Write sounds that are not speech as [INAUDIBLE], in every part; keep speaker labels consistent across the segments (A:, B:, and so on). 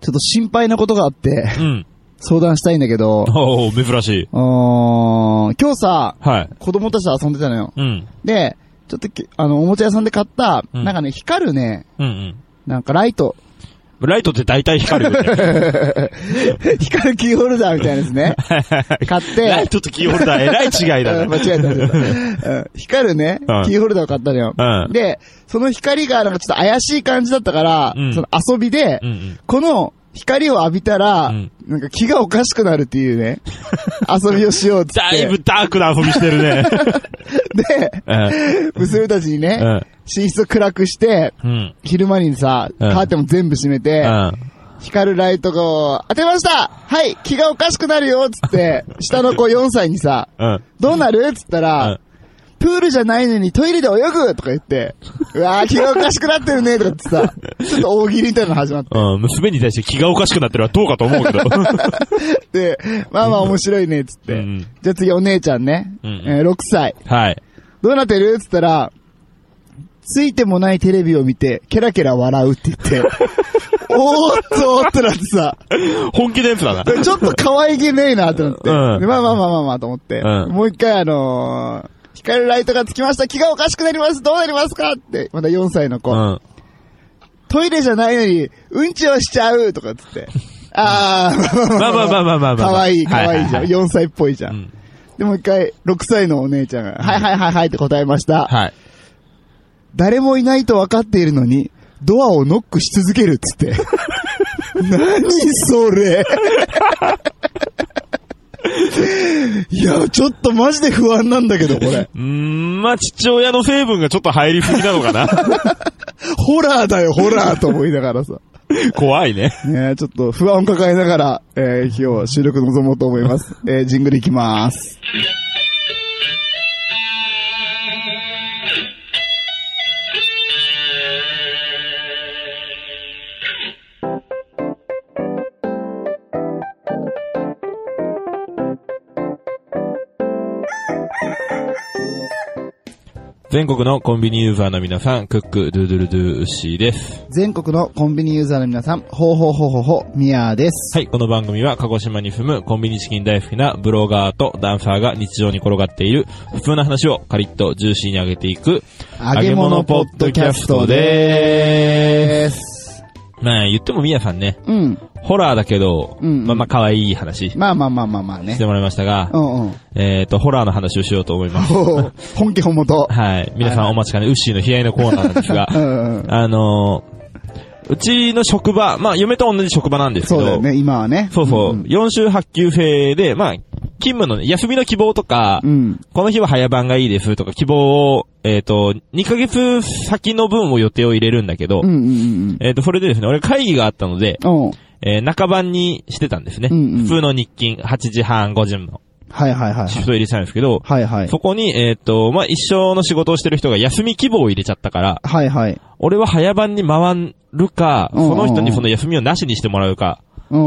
A: ちょっと心配なことがあって、
B: うん。
A: 相談したいんだけど、
B: おー、珍しい。
A: うーん、今日さ、
B: はい。
A: 子供たちと遊んでたのよ。
B: うん。
A: で、ちょっとき、あの、おもちゃ屋さんで買った、
B: うん
A: なんかね、光るね、
B: うん
A: なんかライト、 [LAUGHS]
B: うん。ライトって大体光るよね。
A: 光るキーホルダーみたいなです
B: [LAUGHS]
A: ね。買っ
B: ライ
A: て、
B: トとキーホルダー、えらい違いだ
A: うん間
B: ね。
A: 違えた、間違え
B: [LAUGHS]
A: たうん光るね、
B: うん
A: キーホルダーを買ったのよ。
B: うん
A: で、その光がなんかちょっと怪しい感じだったから、
B: うん
A: その遊びで、
B: うんうん。
A: この光を浴びたら、
B: うん
A: なんか気がおかしくなるっていう
B: [LAUGHS]
A: ね、遊びをしようっつって。
B: だいぶダークな遊びしてるね。
A: [LAUGHS] で、
B: うん
A: [LAUGHS] 娘たちにね、
B: うん
A: 寝室を暗くして、
B: うん。
A: 昼間にさ、
B: うん
A: カーテンも全部閉めて、
B: う
A: 光るライトを当てましたはい気がおかしくなるよっつ
B: [LAUGHS]
A: って、下の子4歳にさ、
B: ん。うん。
A: どうなるっつったら、
B: うん
A: プールじゃないのにトイレで泳ぐとか言って、
B: [LAUGHS]
A: うわー気がおかしくなってるねとかってさ、ちょっと大喜利みたいなの始まっ
B: うん、娘に対して気がおかしくなってるのはどうかと思うけど。
A: [LAUGHS] て、まあまあ面白いねっつって。
B: うん
A: じゃあ次お姉ちゃんね、
B: うん
A: えー6歳。
B: はい。
A: どうなってるっつったら、ついてもないテレビを見て、ケラケラ笑うって言
B: [LAUGHS]
A: って、おーっとーってなってさ、
B: 本気のやつだな。
A: ちょっと可愛げねえなってなって、
B: うん
A: でまあまあまあまあまあと思って、
B: うん
A: もう一回あのー、光るライトがつきました気がおかしくなりますどうなりますかって、まだ4歳の子、
B: うん。
A: トイレじゃないのに、うんちをしちゃうとかっつっ
B: [LAUGHS]
A: て。あー、
B: まあまあまあまあまあまあ。
A: 可愛い可愛いじゃん。
B: はは
A: 4歳っぽいじゃ。
B: はうんん
A: で、もう一回、6歳のお姉ちゃんが、はいはいはいはいって答えました。
B: はい。
A: 誰もいないと分かっているのに、ドアをノックし続けるっつ [LAUGHS] って。何それいや、ちょっとマジで不安なんだけど、これ。
B: うーん、まあ、父親の成分がちょっと入りすぎなの
A: [LAUGHS]
B: かな。
A: ホラーだよ、ホラーと思いながらさ。
B: 怖いね。
A: ねえちょっと不安を抱えながら、えー、今日は収録臨もうと思います。えー、ジングルいきます。
B: 全国のコンビニユーザーの皆さん、クック、ドゥドゥルドゥ、ウッシーです。
A: 全国のコンビニユーザーの皆さん、ほうほうほうほうほう、ミヤーです。
B: はい、この番組は鹿児島に住むコンビニチキン大好きなブロガーとダンサーが日常に転がっている普通な話をカリッとジューシーに上げていく、
A: 揚げ物ポッドキャストでーす。
B: まあ言ってもみやさんね、
A: うん。
B: ホラーだけど、
A: うんうん
B: まあまあ可愛い話し
A: まあまあまあまあまあね
B: て。もらいましたが、
A: うんうん。
B: えっと、ホラーの話をしようと思います。
A: おー本家本元。
B: はい。皆さんお待ちかね、ウッシーの悲哀のコーナーなんですが
A: う、んうん。
B: あのー、うちの職場、まあ嫁と同じ職場なんですけ
A: そうだ
B: ど
A: よ、ね、今はね。
B: そうそう、
A: ん
B: 4週8休制で、まあ、勤務の、休みの希望とか、
A: うん。
B: この日は早番がいいですとか、希望を、えっ、と、2ヶ月先の分を予定を入れるんだけど、
A: うんうんうん
B: えっ、と、それでですね、俺会議があったので、
A: うん。うん。
B: えー中番にしてたんですね。
A: うんうん
B: 普通の日勤、8時半、5時の
A: はいはいはい
B: シフト入れてたんですけど、
A: はい。はいはい。
B: そこに、えっ、と、まあ、一生の仕事をしてる人が休み希望を入れちゃったから、
A: はいはい。
B: 俺は早番に回るか、
A: うんうんう
B: そ
A: ん
B: の人にその休みをなしにしてもらうか、
A: う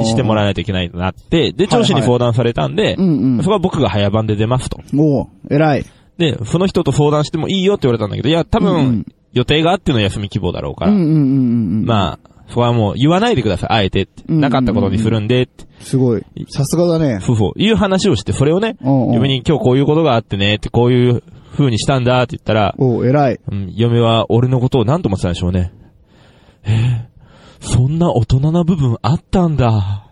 A: ん。
B: してもらわないといけないとなって、で、上司に相談されたんで、
A: うんうん
B: そ。こは僕が早番で出ますと。
A: おー、偉い。
B: で、その人と相談してもいいよって言われたんだけど、いや、多分、
A: うんうん
B: 予定があっての休み希望だろうか
A: うん
B: ら、
A: うんうんうんうん。あ。
B: まあ、そこはもう言わないでください、あえてって。
A: うんうんうん
B: なかったことにするんで、って
A: すごい。さすがだね。
B: そうそう、いう話をして、それをね、
A: うんうん
B: 嫁に今日こういうことがあってね、ってこういう風にしたんだって言ったら、
A: おー、偉い。
B: うん、嫁は俺のことを何と思ってたんでしょうね。えーそんな大人な部分あったんだ。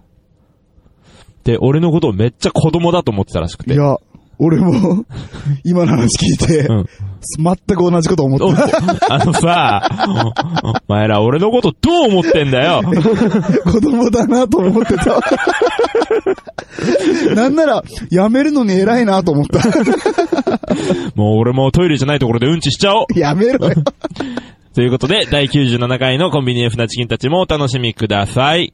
B: で、俺のことをめっちゃ子供だと思ってたらしく
A: い
B: て。
A: や、俺も、 [LAUGHS] 今の話聞いて
B: う、ん。
A: 全く同じこと思
B: お
A: っ
B: あのさ、おお前ら俺のことどう思ってんだよ。
A: た。子供だなと思ってた。なんなら、やめるのに偉いなと思った。
B: もう俺もトイレじゃないところでうんちしちゃお
A: [LAUGHS]
B: う。
A: やめろよ。
B: ということで、第97回のコンビニエンスなチキンたちもお楽しみください。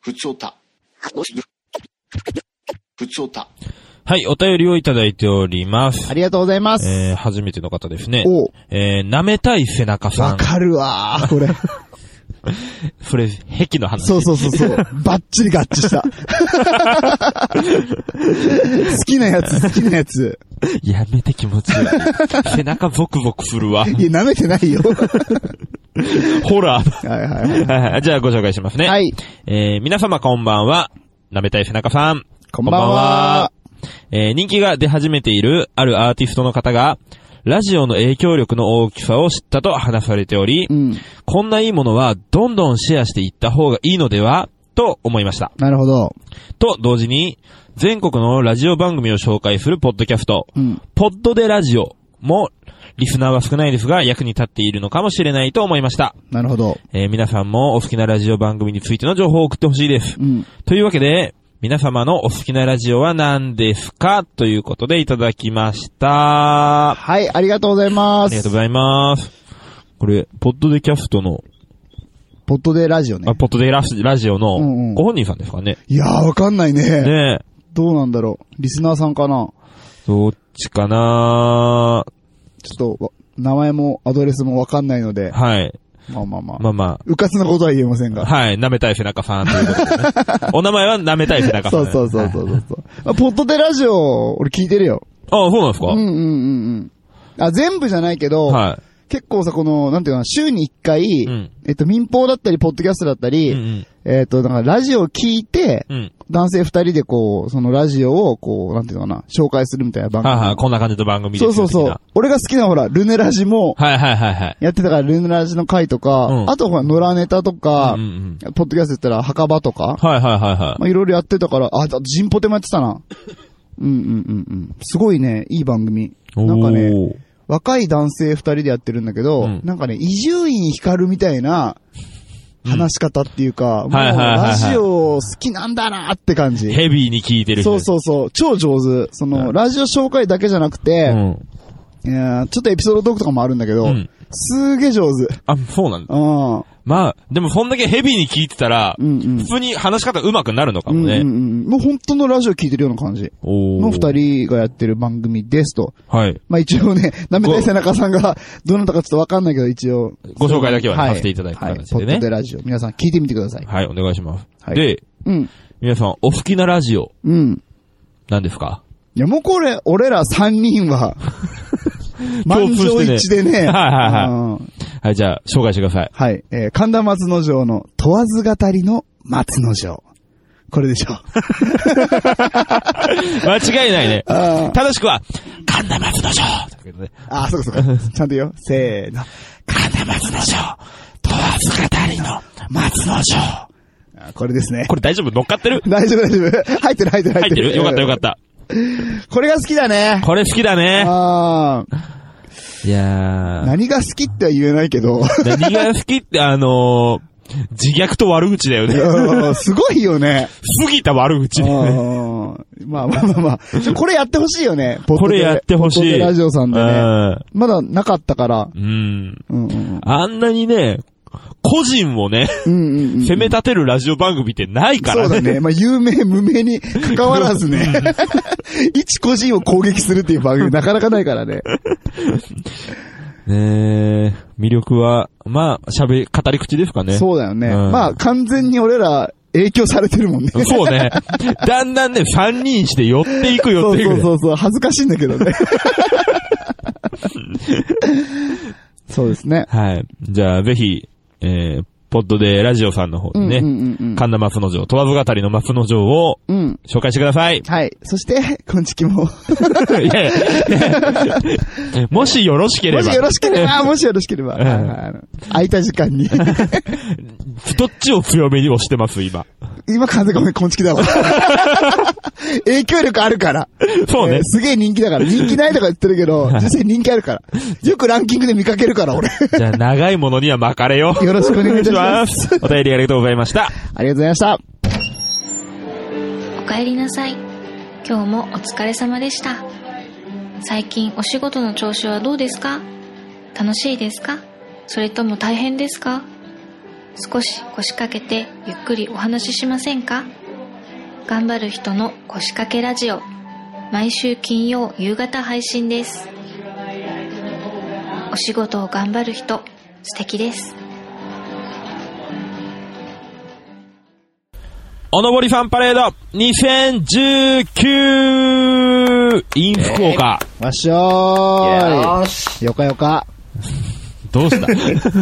C: ふつおた。ふつおた。
B: はい、お便りをいただいております
A: あ。りがとうございます。
B: えー、初めての方ですね。
A: おう
B: えー、舐めたい背中さ
A: わ
B: ん。
A: かるわー、これ。
B: それ、壁の話。
A: そうそうそうそう。バッチリ合致した。 [LAUGHS] 好きなやつ、好きなやつ。
B: やめて気持ち
A: [LAUGHS]
B: 悪い。背中ボクボクするわ。
A: いや、舐めてないよ。は
B: ホラー
A: いはいはい。
B: だ。はいはいじゃあご紹介しますね。
A: はい。
B: えー皆様こんばんは。舐めたい背中さん。
A: こんばんは。
B: えー人気が出始めているあるアーティストの方が、ラジオの影響力の大きさを知ったと話されており、
A: うん。
B: こんないいものはどんどんシェアしていった方がいいのではと思いました。
A: なるほど。
B: と同時に、全国のラジオ番組を紹介するポッドキャスト、
A: うん。
B: ポッドでラジオも、リスナーは少ないですが、役に立っているのかもしれないと思いました。
A: なるほど。
B: えー皆さんもお好きなラジオ番組についての情報を送ってほしいです。
A: うん。
B: というわけで、皆様のお好きなラジオは何ですかということでいただきました。あ
A: はい、ありがとうございま
B: りが
A: す。
B: とうございます。これ、ポッドでキャストの、
A: ポッドでラジオね
B: あ、。ポッドでララジオ
A: うんう
B: の
A: ん
B: ご本人さんですかね。
A: いやー、わかんないね。
B: ねえ、
A: どうなんだろう。リスナーさんかな
B: どっちかな
A: ちょっとわ、名前もアドレスもわかんないので、
B: はい。
A: まあまあまあ。
B: まあま
A: うかつなことは言えません
B: あ。
A: が。
B: はい。舐めたい背中さんということでね。
A: [LAUGHS]
B: お名前は舐めたい背中さ
A: そ
B: ん。
A: うそうそう
B: はい
A: そうそうそう。まあポッドでラジオ、俺聞いてるよ。
B: あ、そうなんですか
A: うんうんうんうん。あ、全部じゃないけど、
B: は
A: 結構さ、この、なんていうの、週に一
B: い。
A: 回、
B: うん。
A: えっと、民放だったり、ポッドキャストだった
B: う
A: り、
B: ん
A: えっと、なんかラジオを聞いて、
B: うん。うん。
A: 男性二人でこう、そのラジオを、こう、なんていうのかな、紹介するみたいな番組。
B: はいはい。こんな感じの番組です
A: そう
B: よ
A: そうそ
B: 的
A: う。俺が好きなほら、ルネラジも、
B: なはいはいはいはい。
A: やってたから、ルネラジの回とか、
B: うん
A: あとほら、野良ネタとか、
B: うんうん
A: ポッドキャストだったら、墓場とか、
B: はいはいはいは
A: まあ、いろいろやってたから、あ、あとジンポテもやってたな。うんうんうんうん。すごいね、いい番組。
B: い。
A: なんかね
B: おー
A: 若い男性二人でやってるんだけど、
B: うん
A: なんかね、伊集院光みたいな話し方っていうか、もう
B: はいはいはいはい
A: ラジオ好きなんだなって感じ。
B: ヘビーに聞いてる人。
A: そうそうそう、超上手。その、
B: うん
A: ラジオ紹介だけじゃなく
B: う
A: て、
B: ん。
A: えーちょっとエピソードトークとかもあるんだけど、
B: うん
A: すげえ上手。
B: あ、そうなんだ。
A: うん。うん
B: まあ、でもそんだけヘビーに聞いてたら
A: う、ん
B: 普。通に話し方上手くなるのか
A: うん
B: も
A: うんう
B: ね。
A: ん、もう本当のラジオ聞いてるような感じ
B: おー
A: の二。人がやってる番組ですと。
B: はい。
A: まあ一応ね、なめたい背中さんがどなたかちょっとわかんないけど一応。
B: ご紹介だけはねさせていただく形
A: は
B: でね
A: い、ポッドでラジオ。皆さん聞いてみてください。
B: はい、お願いします。
A: はい
B: で、
A: うん。
B: 皆さん、お好きなラジオ、
A: うん。
B: 何ですか
A: いやもうこれ、俺ら三人
B: [LAUGHS]
A: は、満場一致でね。
B: はいはいはい
A: うん
B: はい、じゃあ、紹介してください。
A: はい。えー神田松之丞の問わず語りの松之丞。これでしょ。
B: 間違いないね。
A: [LAUGHS] あー
B: 正しくは、神田松之丞ということで
A: あー、そうかそうか。ちゃんと言うよ。せーの。
B: 神田松之丞問わず語りの松之丞
A: あーこれですね。
B: これ大丈夫乗っかってる
A: 大丈夫大丈夫。入ってる入ってる
B: 入ってるよかったよか
A: っ
B: った。
A: た。これが好きだね。
B: これ好きだね。
A: ああ、
B: いやー。
A: 何が好きっては言えないけ
B: [LAUGHS]
A: ど。
B: 何が好きって、あのー、自虐と悪口だよね。
A: うんすごいよ
B: [LAUGHS]
A: ね。
B: 過ぎた悪口。
A: うんまあまあまあまあ。ちょこれやってほしいよね。ポッ
B: こ
A: ドで
B: れやってほし
A: ポッド
B: い。
A: でラジオさんでね。
B: う
A: まだなかったから。
B: んうん。
A: うんうん
B: あんなにね、個人をね、
A: うん。うんうんうん
B: 攻め立てるラジオ番組ってないか
A: そう
B: ら
A: だね。まあ、有名、無名に関わらずね。 [LAUGHS] 一個人を攻撃するっていう番
B: [LAUGHS]
A: 組なかなかないからね。
B: ねえ、魅力は、まあ、喋り、語り口ですかね。
A: そうだよね。
B: うん
A: まあ、完全に俺ら影響されてるもんね。
B: そう。ね。だんだんね、三人して寄っていく寄
A: そ
B: っ
A: う
B: ていく。
A: そうそうそう、恥ずかしいんだけど
B: [LAUGHS]
A: ね。そうですね。
B: はい。じゃあ、ぜひ、えー、ポッドでラジオさんの方でね、
A: うんうんうんうん
B: 神田松之丞、問わず語りの松之丞を
A: うん。。
B: 紹介してください
A: はい。そして、 [LAUGHS] こんちきも。
B: [LAUGHS] いやいやもしよろしけれ
A: も
B: ば。
A: しよろしければ、もしよろしければ。
B: うん
A: はいはいあの空いた時間に。
B: どっちを強めに押してます、今。
A: 今完全ごめん、こんちきだわ。影響力あるから。
B: そう
A: え
B: ね
A: ー。すげえ人気だから。人気ないとか言ってるけど、実際人気あるから。よくランキングで見かけるから、俺。
B: じゃあ、長いものには巻かれよ。
A: よろしくお願いいたします。
B: お便りありがとうございました。
A: ありがとうございました。
C: おかえりなさい。今日もお疲れ様でした。最近お仕事の調子はどうですか楽しいですかそれとも大変ですか少し腰掛けてゆっくりお話ししませんか頑張る人の腰掛けラジオ。毎週金曜夕方配信です。お仕事を頑張る人、素敵です。
B: おのぼりファンパレード 2019! in 福岡。
A: わっしょー
D: よし。
A: い。よかよか。
B: どうし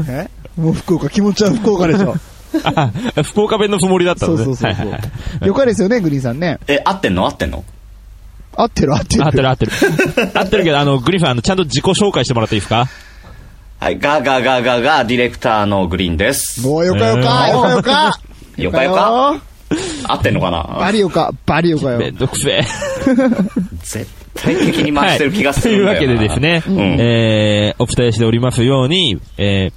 B: た
A: えもう福岡、気持ちは福岡でしょ。
B: あ [LAUGHS] 福岡弁のつもりだった
A: そ
B: の
A: う
B: ね。
A: そうそう
B: は
A: そ。
B: いはいはいう
A: よかですよね、グリーンさんね。
D: え、合ってんの合ってんの
A: 合ってる合ってる。
B: 合ってる合ってる。合ってるけど、あの、グリファン、あのちゃんと自己紹介してもらっていいですか
D: はい、ガーガーガーガーガーディレクターのグリーンです。
A: もうよかよか、
B: えー
A: よかよか。
D: よかよか合ってんのかな
A: バリよか、バリよか
B: め
A: よ
B: ん。どくせえ。
D: 絶対的に回してる気がするん
B: は
D: だ
B: い。
D: よ
B: というわ
D: な
B: けでですね、
D: うん
B: えー、お伝えしておりますように、え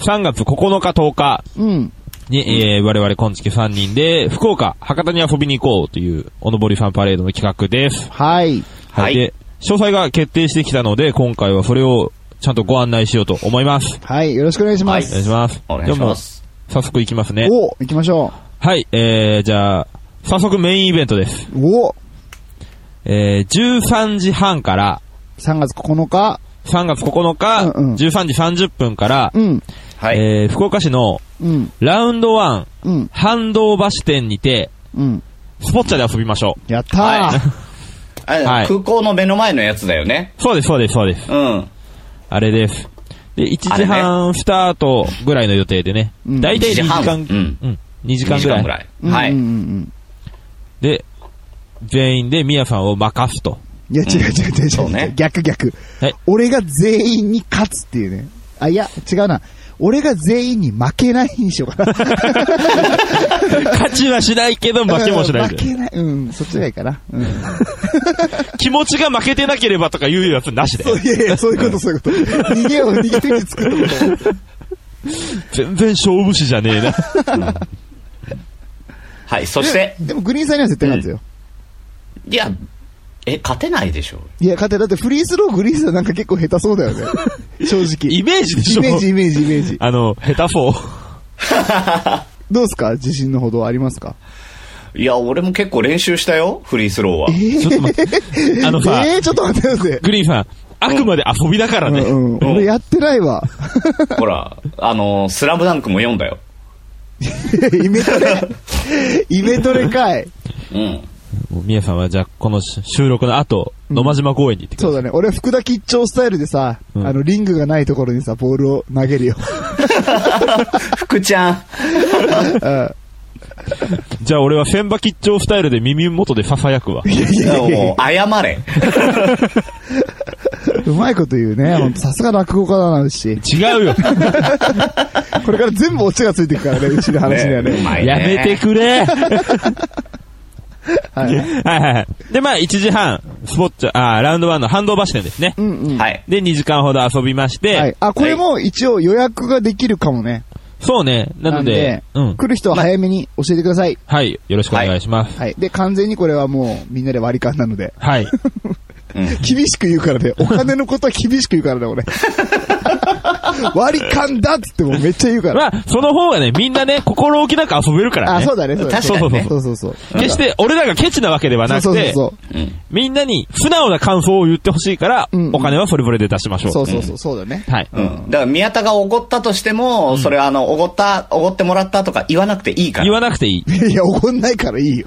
B: ー、3月9日10日
A: うん。
B: に、えー、我々今月3人で、福岡、博多に遊びに行こうという、おのぼりファンパレードの企画です。
A: はい。
D: はい
B: で、詳細が決定してきたので、今回はそれをちゃんとご案内しようと思います。
A: はい、よろしくお願いしま
B: お
A: す。
B: 願いします。
D: お願いします。
B: ではもう早速行きますね。
A: お行きましょ
B: はい、えー、じゃあ、早速メインイベントです。
A: う。お
B: えー、13時半から、
A: 3月9日。
B: 3月9日、
A: うんうん
B: 13時30分から、
A: うん。
D: はい。
B: えー、福岡市の
A: うん。
B: ラウンド1、
A: うん。
B: 半道橋店にて、
A: うん。
B: スポッチャで遊びましょ
A: やったー。
D: はいあれ
B: はい
D: 空港の目の前のやつだよね。
B: う。そうです、そうです、そうです。
D: うん。
B: あれです。で、1時半スタートぐらいの予定でね。
A: うん
B: だいたい2時間、
D: 1時半
B: うん、2時
D: 2
B: 間
D: 時
B: ぐら
D: 間
B: い。
D: ぐらい。
A: うん
D: は
A: う
D: い
A: んう。ん
B: で、全員でミヤさんを任すと。
A: うん。いや、違う違う違う違う。
D: そうね
A: 逆逆
B: はい。
A: 俺が全員に勝つっていうね。あ、いや、違うな。俺が全員に負けないにしようかな。
B: 勝ちはしないけど負けもしな
A: [LAUGHS]
B: い
A: 負。けない。うん、そっちがいいかな。うん。
B: 気持ちが負けてなければとかいうやつなしで。
A: そういやいや、そういうこと、そういうこと。逃げよう、逃げて作ったこと。
B: 全然勝負師じゃねえな。
D: はい、そして、
A: でもグリーンさんには絶対勝つよ。
D: いや、え、勝てないでしょ。
A: いや、勝て、だってフリースローグリーンさんなんか結構下手そうだよね。正直。
B: イメージでし
A: イ
B: ょ
A: メージ、イメージ、イメージ。
B: あの、下手そう。
A: どうすか自信のほどありますか
D: いや、俺も結構練習したよ、フリースローは。
B: ちょっと待って。あのさ、
A: ええー、ちょっと待ってください。
B: グリーンさん、あくまで遊びだからね。
A: うん、
B: [LAUGHS]
A: うん。俺やってないわ。 [LAUGHS]
D: ほら、あの、スラムダンクも読んだよ。
A: イメトレ。イメトレかい。
B: [LAUGHS]
D: うん。
B: もうミヤさんはじゃあ、この収録の後、野間島公園に行ってく
A: そう
B: ださい。
A: だね。俺は福田吉兆スタイルでさ、
B: うん
A: あの、リングがないところにさ、ボールを投げるよ。
D: 福ちゃん。
B: じゃあ俺は千葉吉兆スタイルで耳元で囁くわ。
D: いやもう、謝れ。
A: [LAUGHS] うまいこと言うね。ほんとさすが落語家だな、うし。
B: 違うよ。
A: これから全部オチがついてくからね、うちの話には
D: う
A: ね。
D: まいね
B: [LAUGHS] やめてく
A: は
B: れ。
A: い。
B: はいはいはい。で、まあ、1時半、スポッチャ、あーラウンド1の反動橋店ですね
A: う。んうん。
D: はい。
B: で、2時間ほど遊びまして、
A: はい。あ、これも一応予約ができるかもね。
B: そうね、なので、うん。
A: 来る人は早めに教えてください。
B: はい、よろしくお願いします。
A: はい。で、完全にこれはもうみんなで割り勘なので。
B: はい。
D: うん
A: 厳しく言うからね。お金のことは厳しく言うからね、俺。 [LAUGHS] 割り勘だっつってもめっちゃ言うから。
B: まあ、その方がね、みんなね、心置きなく遊べるから
A: あ、
B: ね
A: そ。うだね、そうだね。
D: 確かにね
A: そうそうそう。
B: 決して、俺らがケチなわけでは
A: そうそ
B: な
A: う
B: く
A: そう
B: て、
A: そ
D: うん。
B: みんなに素直な感想を言ってほしいから、
A: うん
B: お金はそれぞれで出しましょ
A: う。
B: う。
A: そうそうそう、そうだね。
B: はい。
D: うん。だから、宮田がおごったとしても、それはあの、おごった、おごってもらったとか言わなくていいから。
B: 言わなくていい。
A: いや、怒んないからいいよ。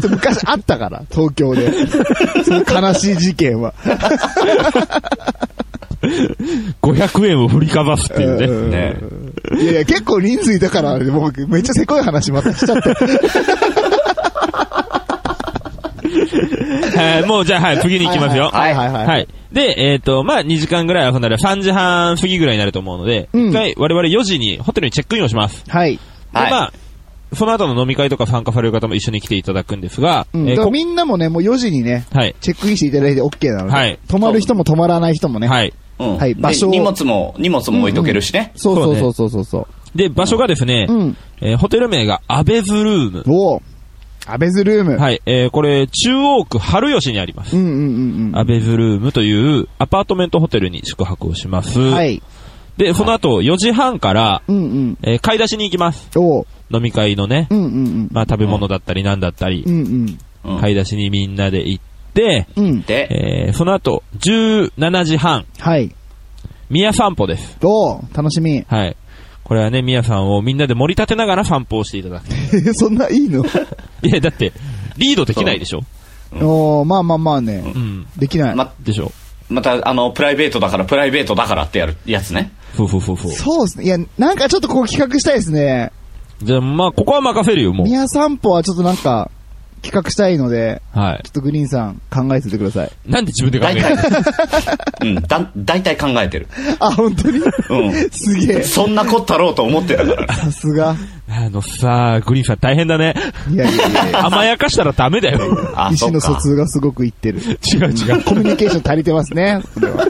A: そう昔あったから、東京で。その悲しい事件は。
B: 500円を振りかざすっていう
A: う
B: ね。
A: ん
D: ね
A: いやいや、結構人数いたから、もうめっちゃせこい話またしちゃっ
B: [LAUGHS]
A: た。
B: はい、もうじゃあはい、次に行きますよ。
A: はいはいはいはい
B: はい。で、えっ、と、まあ、2時間ぐらい遊んだら3時半過ぎぐらいになると思うので、
A: うん
B: 一回我々4時にホテルにチェックインをします。
A: はい。
B: で、
D: はい
B: まあ、その後の飲み会とか参加される方も一緒に来ていただくんですが、
A: うん。
B: え
A: だ
B: ー
A: から
B: こ
A: みんなもね、もう4時にね、
B: はい。
A: チェックインしていただいて OK なので、
B: はい
A: 泊まる人も泊まらない人もね。
B: はい。
D: うん。
A: はい
D: で
A: 場所を
D: 荷物も、荷物も置いとけるしね。
A: そうそう
B: そう
A: そうそ
B: ね
A: うそうそう。
B: で、場所がですね、
A: うん
B: えーホテル名がアベズルーム。
A: おおアベズルーム。
B: はい。えーこれ、中央区春吉にあります。
A: うんうんうん
B: アベズルームというアパートメントホテルに宿泊をします。
A: うん。はい。
B: で、その後4時半から、
A: うんうん。
B: えー買い出しに行きます。
A: おう
B: 飲み会のね
A: う、んうん
B: まあ食べ物だったりなんだった
A: う
B: り、
A: ん。うん
D: うん。
B: 買い出しにみんなで行って、
A: うん。うん。
D: で、
B: えーその後17時半、
A: はい。
B: 宮散歩です。
A: おう楽しみ。 [LAUGHS]
B: はい。これはね、みやさんをみんなで盛り立てながら散歩をしてい
A: [LAUGHS]
B: ただく。
A: えそんないい
B: [LAUGHS]
A: の
B: いや、だって、リードできないでしょ
A: おーまあまあまあね
B: う。ん。
A: できない。
D: ま、
B: でしょ
D: また、あの、プライベートだから、プライベートだからってやるやつね。
B: ふうふうふうふう。
A: そうですね。いや、なんかちょっとここ企画したいですね。
B: じゃあ、まあ、ここは任せるよ、もう。
A: 宮散歩はちょっとなんか、企画したいので、
B: はい
A: ちょ。っとグリーンさん考えててください。
B: なんで自分で考え
D: 大
B: る
D: 体、うん、だ、大体考えてる。
A: [LAUGHS] あ、本当に
D: う
A: すげえ
D: ん。。そんなこったろうと思ってたか
A: [LAUGHS]
D: ら。
A: さすが。
B: あのさあ、グリーンさん大変だね。
A: いやいやいやいや。
B: 甘やかしたらダメだよ。
D: あ、
A: 意
D: そ
A: 思
D: う
A: の疎
D: か。
A: 通がすごくいってる。
B: 違う違う。
A: コミュニケーション足りてますね。それは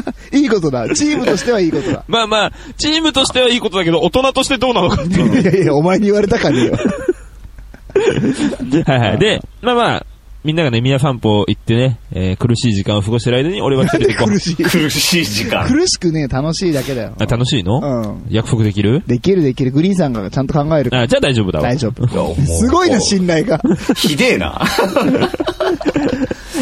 A: [LAUGHS] いいことだ。チームとしてはいいことだ。
B: [LAUGHS] まあまあ、チームとしてはいいことだけど、大人としてどうなのかっていう。
A: いやいや、お前に言われたかねえよ。
B: [LAUGHS] はいはい。で、まあまあ、みんながね、宮散歩行ってね、えー苦しい時間を過ごしてる間に俺は
A: な
B: 連
A: ん
B: れ
A: で
B: て行こ [LAUGHS]
A: 苦
B: う。
A: しい
D: 苦しい時
A: [LAUGHS]
D: 間。
A: 苦しくねえ、楽しいだけだよ。
B: あ楽しいの
A: うん。
B: 約束できる
A: できるできる。グリーンさんがちゃんと考えるから
B: あ、じゃあ大丈夫だわ。
A: 大丈夫。
D: いやもう
A: すごいな、
D: もう
A: 信頼が。
D: ひでえな。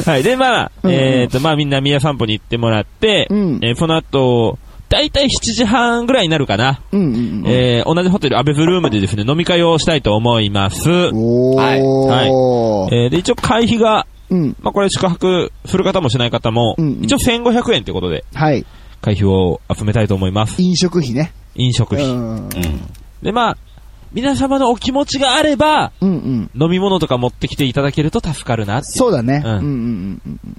B: はい。で、まあ、
A: うんうん
B: えっと、まあみんな宮散歩に行ってもらって、
A: うん
B: えーその後、だいたい7時半ぐらいになるかな。
A: うんうんうん。
B: えー同じホテル、アベフルームでですね、飲み会をしたいと思います。
A: お
D: はい
A: ー。
B: えーで、一応会費が、
A: うん。
B: まあ、これ宿泊する方もしない方も、
A: うんうん
B: 一応1500円ということで、
A: はい。
B: 会費を集めたいと思います。
A: 飲食費ね。
B: 飲食
A: う
B: 費。
A: ん。
D: うん。
B: で、まあ、皆様のお気持ちがあれば、
A: うんうん。
B: 飲み物とか持ってきていただけると助かるなっていう
A: そうだね。う
B: うん
A: う
B: ん
A: んうんうん。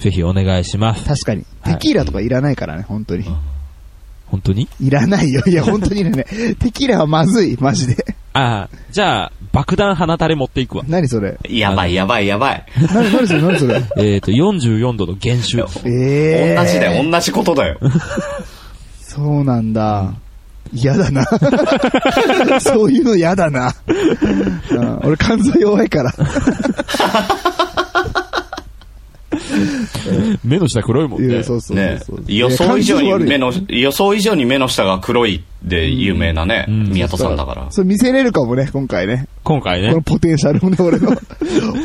B: ぜひお願いします。
A: 確かに。
B: はい
A: テキーラとかいらないからね、本当に。
B: 本当に
A: いらないよ。いや、本当にね。テキーラはまずい、マジで。
B: ああ、じゃあ、爆弾放たれ持ってい
A: [LAUGHS]
B: くわ。
A: 何それ。
D: やばいやばいやばい。
A: 何、何それ、何それ。
B: えっ、と、44度の減収。
A: ええー。
D: 同じだよ、同じことだよ。
A: そうなんだ。嫌だな。 [LAUGHS] そういうの嫌だな。うん俺肝臓弱いから。
B: 目の下黒いもん
A: い
B: ね
A: や。そうそう
D: ね
A: そうそう。
D: 予想以上に目
A: の。
D: の、予想以上に目の下が黒いで有名なね、
B: ん
D: 宮田さんだから。
A: それ見せれるかもね、今回ね。
B: 今回
A: こ
B: ね
A: の、ポテンシャルもね、俺の。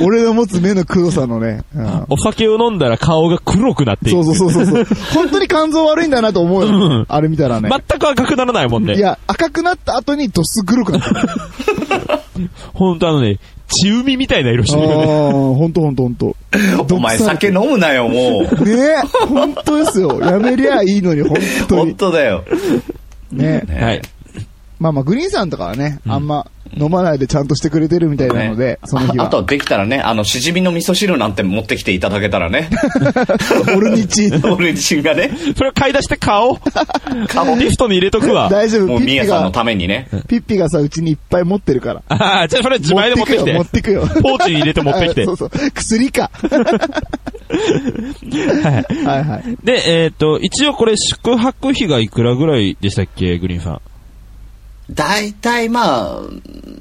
A: 俺の持つ目の黒さのね。うん
B: お酒を飲んだら顔が黒くなってい
A: そ
B: く。
A: うそうそうそうそう。本当に肝臓悪いんだなと思うよ。あれ見たらね。
B: 全く赤くならないもんね
A: い。や、赤くなった後にドス黒くなった。
B: ほんとあのね、血海みたいな色し
A: あ
B: てるよね。
A: あ、ほんとほんとほん
B: [LAUGHS]
A: と。
D: お前酒飲むなよ、もう。
A: ねえ、ほんとですよ。やめりゃいいのに、ほんと
B: [LAUGHS]
D: 本
A: に。
D: 当だよ。
A: ねえ。
D: ね
B: はい。
A: まあまあ、グリーンさんとかはね、あんま飲まないでちゃんとしてくれてるみたいなので、その日
D: あ
A: は。
D: あとはできたらね、あの、しじみの味噌汁なんて持ってきていただけた
A: [LAUGHS]
D: らね、
A: [LAUGHS] 俺に
B: [LAUGHS]
A: チー
D: 俺自身がね、
B: それを買い出して顔
D: 顔
B: リフトに入れとく
A: [LAUGHS]
B: わ。
A: 大丈
D: も
A: 夫、
D: う
A: ピ
D: み
A: ッ
D: や
A: ピ
D: さんの
A: が、
D: ためにね。
A: ピッピがさ、うちにいっぱい持ってるから。
B: ああ、じゃあそれ自前で持ってきて。
A: 持ってくよ。持ってくよ
B: ポーチに入れて持って
A: [LAUGHS]
B: きて
A: そ。うそう。薬か。はいはい。
B: で、えっ、と、一応これ宿泊費がいくらぐらいでしたっけ、グリーンさん。
D: 大体まあ、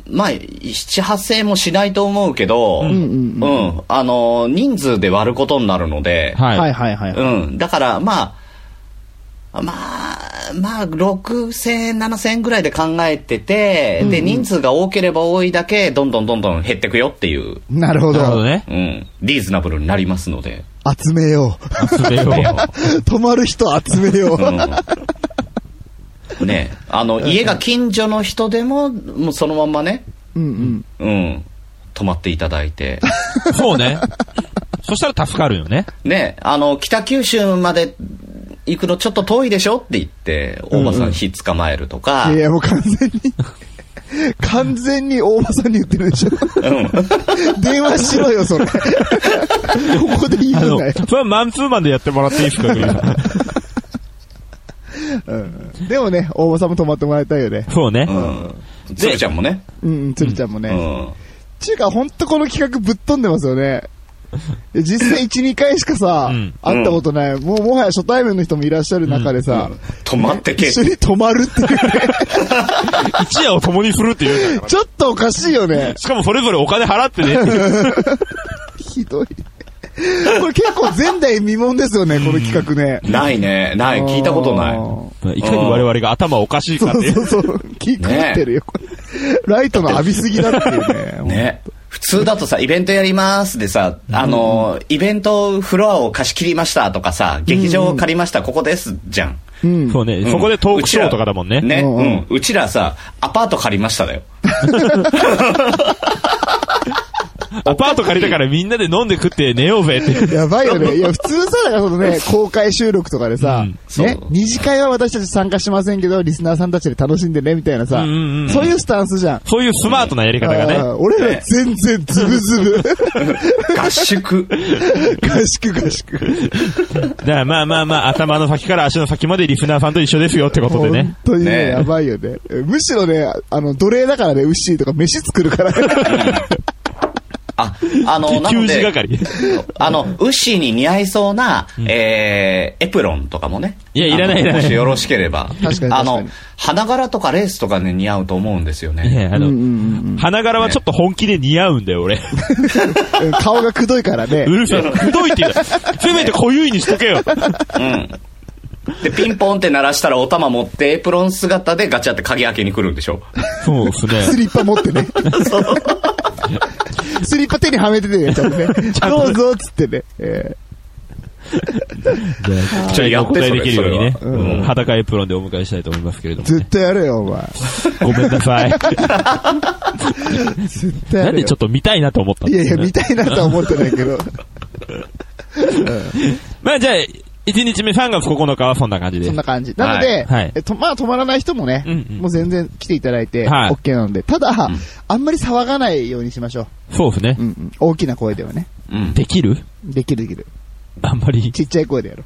D: まあ、七八千円もしないと思うけど、うん、
A: ん
D: あの、人数で割ることになるので、
B: はい。
A: はいはいはい。
D: うん、だからまあ、まあ、まあ、六千円、七千円ぐらいで考えてて、で、人数が多ければ多いだけ、どんどんどんどん減ってくよっていう、
A: なるほ
B: なるほど
A: ど。
B: ね。
D: うん、リーズナブルになりますので。
A: 集めよ
B: 集めよう。
A: う。 [LAUGHS] 泊まる人集めよう。
D: うん [LAUGHS] ねあの、家が近所の人でも、もうそのまんまね、
A: うんうん。
D: うん、泊まっていただい [LAUGHS] て。
B: そうね。そしたら助かるよね。
D: ねあの、北九州まで行くのちょっと遠いでしょって言って、大場さん火捕まえるとか、
A: いや、もう完全
D: [LAUGHS]
A: に。完全に大場さんに言ってるで
D: [LAUGHS]
A: しょ。電話しろよ、それ。ここで言
B: あ
A: う
B: の
A: なよ、。
B: それはマンツーマンでやってもらっていいですか、グリーンさん。
A: でもね、大場さんも泊まってもらいたいよね。
B: そうね。
D: うん。鶴ちゃんもね。
A: うんうん、鶴ちゃんも
D: う
A: ね。
D: ん。
A: ちゅうか、ほんとこの企画ぶっ飛んでますよね。実際1、2回しかさ
B: うん、
A: 会ったことない。もうもはや初対面の人もいらっしゃる中でさ、
D: 泊まっ
B: [LAUGHS]
D: てけ。
A: 一緒に泊まるっていう
D: [LAUGHS]
A: ね。
B: 一夜を共にするっていうから。
A: ちょっとおかしいよね。
B: しかもそれぞれお金払ってね。
A: ひどい。これ結構前代未聞ですよね、この企画ね。
D: ないね。ない。聞いたことない。
B: まあいかに我々が頭おかしいか
A: そ
B: って
A: う
B: いう
A: そうそう。気狂ってるよ、これ。ライトの浴びすぎだっていうね。
D: ね。普通だとさ、イベントやりますでさ、あの、イベントフロアを貸し切りましたとかさ、劇場を借りました、ここです、じゃん。
A: うん
B: そうね、
D: うん
B: そこでトークショーとかだもんね。
D: うちらね、
A: うんう
D: うんん。うちらさ、アパート借りましただよ。
B: アパート借りたからみんなで飲んで食って寝ようぜって。
A: やばいよね。いや、普通さ、だからそのね、公開収録とかでさ、
B: うん
D: そう
A: ね、二次会は私たち参加しませんけど、リスナーさんたちで楽しんでね、みたいなさ、
B: うんうんうん
A: そういうスタンスじゃん。
B: そういうスマートなやり方がね。
A: あー俺ら全然ズブズ
B: [LAUGHS]
A: ブ。
D: 合宿。
A: 合宿合宿。
B: だからまあまあまあ、頭の先から足の先までリスナーさんと一緒ですよってことで
A: 本 [LAUGHS]
B: ね。
A: 当にね、
D: ねえ
A: やばいよね。むしろね、あの、奴隷だからね、ウッシーとか飯作るから。
D: あ、あの、な
B: 給
D: の
B: 仕
D: で、
B: 係。 [LAUGHS]
D: [LAUGHS] あの、ウッシーに似合いそうな、えー、エプロンとかもね。
B: いやいらない
D: あの
B: いらない
D: もしよろしければ。
A: [LAUGHS] 確かに確
D: あ
A: か
D: の
A: に、
D: 花柄とかレースとかね、似合うと思うんですよ
B: い
D: ね。
B: やあ
A: うんう
B: の、
A: ん
B: 花柄はちょっと本気で似合うんだよ、 [LAUGHS]
A: う
B: 俺。
A: ん顔がくどいからね
B: う。るせえ。くどいって言うなせめて濃ゆいにしとけよ。
D: うん。で、ピンポンって鳴らしたらお玉持って、エプロン姿でガチャって鍵開けに来るんでしょ。
B: そうです
A: ス
B: [LAUGHS] ね。
A: リッパ持ってね。
D: そう
A: スリッパ手にはめててね、ちゃんとね。どうぞ、つってね。え
B: じゃあ、
D: や
B: お
D: ってそ
B: 答え
D: れ
B: できるようにね。
D: それは
B: うん裸エプロンでお迎えしたいと思いますけれど
A: ー
B: も
A: 絶
B: ね。
A: 対やれよ、お前。
B: ごめんな [LAUGHS] さい。
A: 絶対やれ
B: な
A: よ。
B: んでちょっと見たいなと思ったん
A: い
B: で
A: やい
B: す
A: や、
B: ね
A: 見たいなとは思ってないけ
B: [LAUGHS]
A: ど。
B: まあじゃあ、1日目3月9日はそんな感じで
A: そん。な感じ。なので、
B: はい
A: えっと、まあ、止まらない人もね、
B: うんうん
A: もう全然来ていただいて、
B: はい
A: OK なので、ただ、あんまり騒がないようにしましょ
B: そうですね
A: う。う。んうん、大きな声ではね。
D: うん。
B: できる
A: できるできる。
B: あんまり。
A: ちっちゃい声でやろ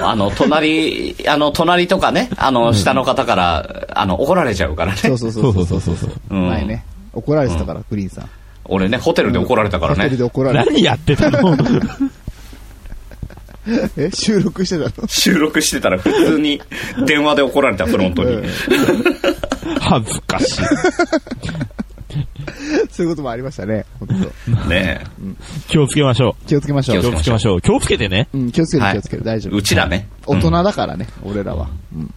A: う。
D: あの、隣、あの、隣とかね、あの、下の方から、あの、怒られちゃうからね。
A: そうそう
B: そ
A: そうう
B: そ
A: そうう
B: そうそうそう。
D: うん
A: 前ね、怒られてたから、グリーンさん。
D: 俺ね、ホテルで怒られたから
A: ホテルで
D: ね。
A: 怒られて。
B: [LAUGHS] 何やってたの
A: え、収録してたの [LAUGHS]
D: 収録してたら普通に電話で怒られた、フロント
A: う
D: に
A: ん。
B: 恥ずかしい。
A: そういうこともありましたね。本当
D: ね
B: 気をつけましょ
A: 気をつけましょ
B: う。
A: う
B: 気
D: 気。
B: を
D: を
B: つけ
D: つけ
B: ま
D: ま
B: しょう。気をつけてね。
A: うん、気をつける
D: はい
A: 気をつける、大丈夫。
D: うちらね。
A: 大人だからね、俺らは。
B: うん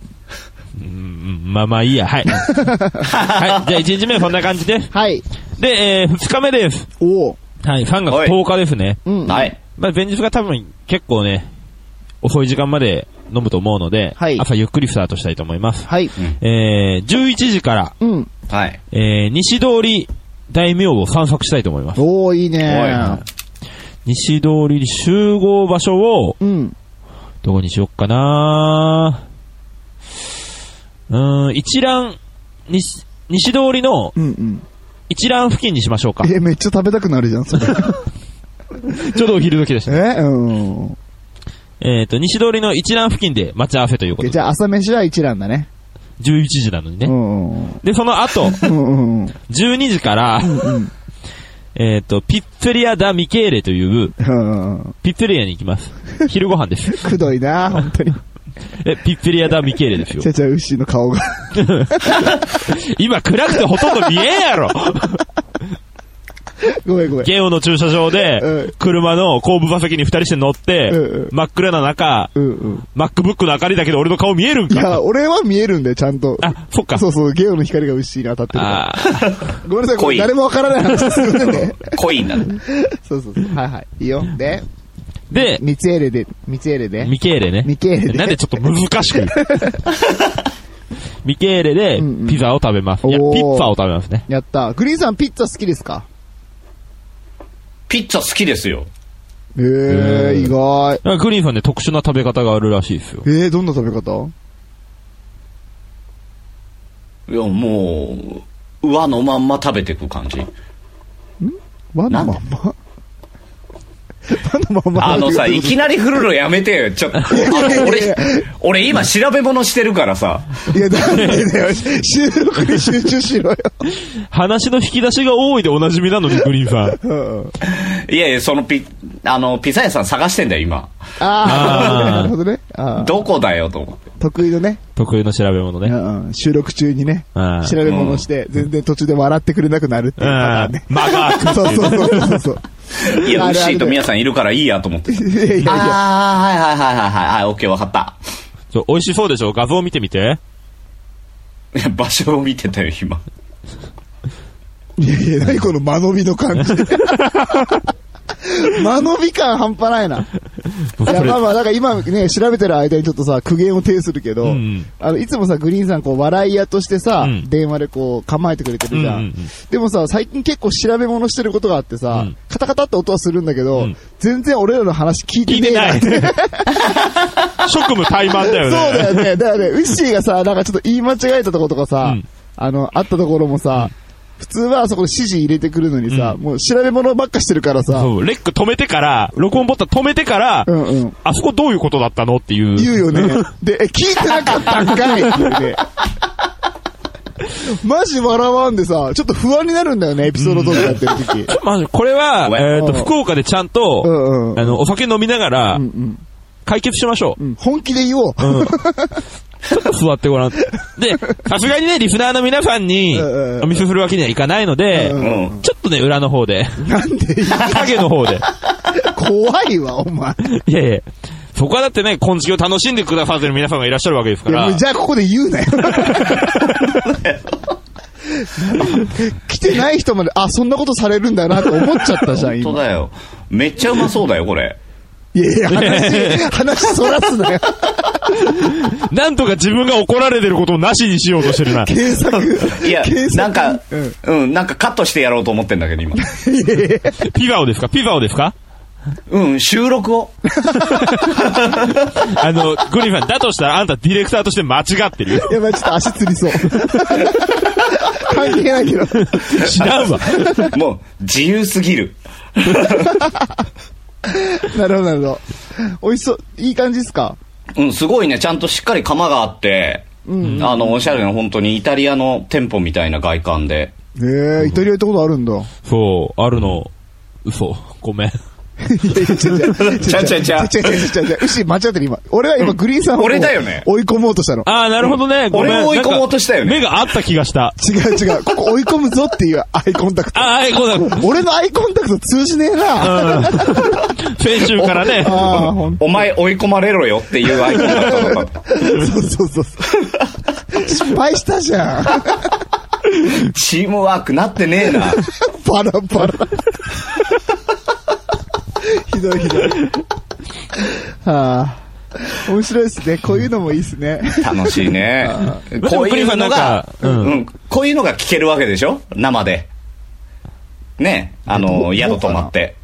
B: うん、まあまあいいや。はい。はい。じゃあ1日目はそんな感じで。
A: はい。
B: で、えー、2日目です。
A: おお。
B: はい、3月10日ですね。
A: うん。
D: は。い。
B: まあ前日が多分結構ね、遅い時間まで飲むと思うので、
A: はい
B: 朝ゆっくりスタートしたいと思います。
A: はい。
B: えー、11時から、
A: うん。
D: はい。
B: えー、西通り大名を散策したいと思います。
A: おおいいね
D: は。
B: 西通り集合場所を、
A: うん。
B: どこにしよっかなうーん、一覧、西、西通りの
A: うんうん。
B: 一覧付近にしましょうか。ち
A: え、めっちゃ食べたくなるじゃん、それ。
B: ょうどお昼時でした。
A: えうん。
B: えっ、と、西通りの一覧付近で待ち合わせということで
A: じゃあ朝飯は一覧だね。
B: 11時なのに
A: う
B: ね。
A: んうん
B: で、その後、
A: うん。うんうん。
B: 12時から、えっと、ピッツェリア・ダ・ミケーレという、
A: うんうん。
B: ピッツェリアに行きます。昼ご飯です。
A: くどいな、本当に。
B: え、ピッツェリア・ダ・ミケーレですよ
A: ち。ゃちゃ牛の顔が。 [LAUGHS]
B: [LAUGHS] 今暗くてほとんど見えんやろ
A: ごめんごめん。
B: ゲオの駐車場
A: う
B: で
A: ん、
B: 車の後部座席に二人して乗って
A: うんうん、
B: 真っ暗な中、
A: うんうん。
B: MacBook の明かりだけで俺の顔見えるん
A: い
B: か
A: や、俺は見えるんだよ、ちゃんと。
B: あ、そっか。
A: そうそう、ゲオの光が牛に当たってるか
B: あー
A: ら。ごめんなさい、こ
D: 濃い
A: れ誰もわからない話するんでね。
D: コインだね。
A: [LAUGHS] そうそうそう。はいはい。いいよ。で、
B: で、
A: ミツエレで、ミツエレで。
B: ミケーレね。
A: ミケーレで
B: なんでちょっと難しく言うミケーレで
A: うんうん
B: ピザを食べます。いや、ピ
A: おー
B: ッツァを食べますね。
A: やった。グリーンさん、ピッツァ好きですか
D: ピッツァ好きですよ。
A: ええ、意外。
B: だからグリーンさんね、特殊な食べ方があるらしいですよ。
A: ええ、どんな食べ方
D: いや、もう、上のまんま食べていく感
A: [LAUGHS]
D: じ。
A: 和のまん [LAUGHS] ま和のまんま
D: あのさ、いきなり振るのやめて
A: [LAUGHS]
D: よ。ちょっと、あの俺、俺今調べ物してるからさ。
A: いや、なんでだよ。収録に集中しろ
D: [LAUGHS]
A: よ。
B: 話の引き出しが多いでおなじみなのに、グリーンさん。
A: [LAUGHS]
D: いやいや、そのピ、あの、ピザ屋さん探してんだよ、今。
A: あ
B: あー
A: あ、なるほどね。あー
D: どこだよ、と思って。
A: 得意のね、
B: 得意の調べ物
A: う
B: ね。
A: んうん収録中にね
B: うん、
A: 調べ物して、全然途中で笑ってくれなくなるっていううパターン
B: ん
A: ね。。
B: マガー
A: そうそうそうそうそう。
D: いや、
A: ある
D: ウッ
A: ある
D: シーとミヤさんいるからいいやと思って。
A: いやいやいや。
D: あー、はいはいはいはいはい。はい、オッケーわかった。 [LAUGHS]
B: ちょ美味しそうでしょ画像見てみて。
D: いや場所を見てたよ、今。
A: いやいや、
B: [LAUGHS]
A: 何この間延びの感じ。間延び感半端ないな。
B: 僕
A: いや、
B: それ
A: まあまあ、なんか今ね、調べてる間にちょっとさ、苦言を呈するけど、
B: うんうん
A: あの、いつもさ、グリーンさん、こう、笑い屋としてさ、
B: うん
A: 電話でこう、構えてくれてるじゃん。
B: うんうんうん
A: でもさ、最近結構調べ物してることがあってさ、
B: うん
A: カタカタって音はするんだけど、
B: うん
A: 全然俺らの話聞い
B: 聞
A: て
B: い
A: ねえ
B: てない。
A: な。
B: 職務怠慢だよね。
A: そうだよね。だよね。ウッシーがさ、なんかちょっと言い間違えたとことかさ、
B: うん
A: あの、あったところもさ、普通はあそこで指示入れてくるのにさ、
B: うん
A: もう調べ物ばっかしてるからさ、
B: そうレック止めてから、録音ボタン止めてから、
A: うんうん。
B: あそこどういうことだったのっていう。
A: 言うよね。で、え、聞いてなかったんかいっていうね。
B: [LAUGHS]
A: マジ笑わんでさ、ちょっと不安になるんだよね、エピソードトークやってる時。
B: まあ、これは、
D: ごめん
B: えっ、と、
A: うん
B: 福岡でちゃんと、
A: うんうん
B: あの、お酒飲みながら、
A: うんうん
B: 解決しましょう。
A: うん。本気で言おう。
B: うん。ちょっと座ってごらん。で、さすがにね、リスナーの皆さんに
A: うんう、ん
B: お見せするわけにはいかないので、
A: うん
D: うん。
B: ちょっとね、裏の方で、
A: なんで言う
B: 影の
A: [LAUGHS]
B: 方で。
A: 怖いわ、お前。
B: いやいや、そこはだってね、昆虫を楽しんでくださってる皆さんがいらっしゃるわけですか
A: いや
B: ら。
A: もうじゃあここで言う
D: [LAUGHS]
A: なよ。来てない人まで、あ、そんなことされるんだなと思っちゃったじゃん、
D: 本当
A: 今。
D: だよ。めっちゃうまそうだよ、これ。
A: いやいや、話、話そらす
D: [LAUGHS]
A: なよ。
B: なんとか自分が怒られてることをなしにしようとして
A: [LAUGHS]
B: るな。
A: 検索。
D: いや
A: [LAUGHS] 検、索
D: なんか
A: う、
D: うん、なんかカットしてやろうと思ってんだけど、今。
B: ピザをですかピザをですか
D: うん、収録を。 [LAUGHS]
B: あの、グリファン、だとしたらあんたディレクターとして間違ってるよ。
A: やばい、ちょっと足つりそう。関係ないけど。
B: [LAUGHS] 知らんわ。
D: もう、自由すぎる。
A: なるほど、なるほど。美味しそう。いい感じっすか
D: うん、すごいね、ちゃんとしっかり釜があって、あの、おしゃれな、本当にイタリアの店舗みたいな外観で。
A: ええイタリア行ったことあるんだ。
B: そう、あるの、嘘、ごめん。
A: ち
D: [LAUGHS] ちゃうちゃうちゃう
A: ちゃちゃちゃちゃちゃ。牛間違ってる今。俺は今グリーンさんを
D: 俺だよね
A: 追い込もうとしたの。
B: ああ、なるほどね、ごめん。
D: 俺を追い込もうとしたよね
B: なんか目があった気がした。
A: 違う違う。ここ追い込むぞっていうアイコンタクト。
B: ああ、ごめん。
A: 俺のアイコンタクト通じねえな。あ
B: 先週から
D: [LAUGHS]
B: ね。
A: あ、ほん
D: お前追い込まれろよっていうアイコンだったのか。
A: そうそうそうそう。失敗したじゃん。
D: チームワークなってねえな。
A: バラバラ。ひどいひどい。はあ。面白いですね。こういうのもいいですね。
D: 楽しいね。
B: ん
D: こ
B: でも
D: ういうのが、う
B: クリファなんかうん
D: ん、こういうのが聞けるわけでしょ生で。ね、あの、宿泊まって。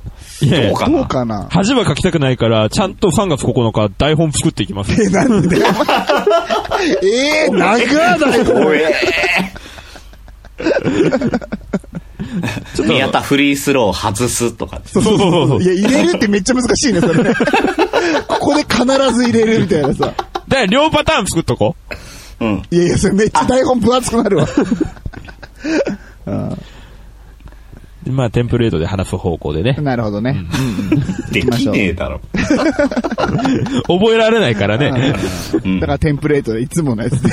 B: いやい
D: ど
B: や
D: うか
A: どう
D: な
A: か
B: [LAUGHS]
A: な
B: 恥は書きたくないから、ちゃんと3月9日台本作っていきます。
D: [LAUGHS]
A: え、なんでええー、長だよ。
D: おえー [LAUGHS] 宮田フリースロー外すとか。
A: そうそうそうそう。いや、入れるってめっちゃ難しいね、それね。ここで必ず入れるみたいなさ。
B: だから両パターン作っとこう。
D: うん。
A: いやいや、それめっちゃ台本分厚くなるわ。
B: まあ、テンプレートで話す方向で
D: [LAUGHS]
B: ね。
A: [LAUGHS] なるほどね。
D: できねえだろ。
B: 覚えられないからね。
D: うん
A: だからテンプレートでいつものやつ [LAUGHS] で。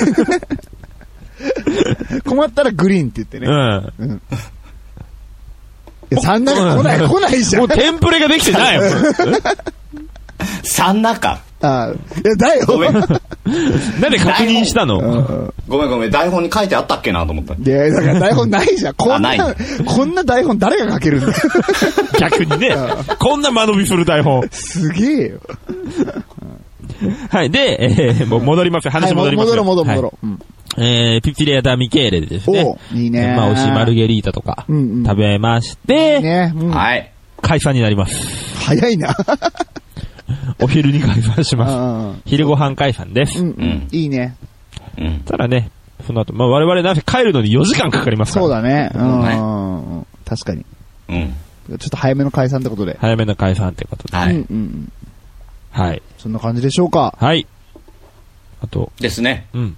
A: 困ったらグリーンって言ってね。
B: う
A: い
B: ん。
A: や、そんなに来ない、来ないじゃ
B: も
A: ん
B: う。テンプレができて
D: [LAUGHS]
B: ないもん。
D: 3中。
A: あー [LAUGHS] いや、だよ。
D: ごめん。
B: なんで確認したの
D: ごめんごめん。台本に書いてあったっけなと思った。
A: いや、だから台本ないじゃん。こん
D: あない
A: な、こんな台本誰が書けるんだよ。
B: 逆にね。こんな間延びする台本。
A: すげえよ。
B: はい。で、えー、もう戻りますよ。話戻ります
A: 戻ろ
B: よ。
A: う、戻ろう、戻
B: はい
A: ろう。うん
B: えー、ピピレアダミケーレでですね
A: お。いいね
B: まあ、美味しいマルゲリータとか、
A: うんうん
B: 食べまして、
A: ねうん
D: はい。
B: 解散になります。
A: 早いな。
B: お昼に解散します。
A: う
B: 昼ご飯解散です。
A: んうん。いいね。
D: うん。
B: ただね、その後、まあ、我々なんせ帰るのに4時間かかりますから。
A: そうだね。う
D: うん
A: ん。確かに。
D: うん。
A: ちょっと早めの解散ってことで。
B: 早めの解散ってことで。
D: は
A: うんう
D: い。
A: んうん。
B: はい。
A: そんな感じでしょうか。
B: はい。あと、
D: ですね。
B: うん。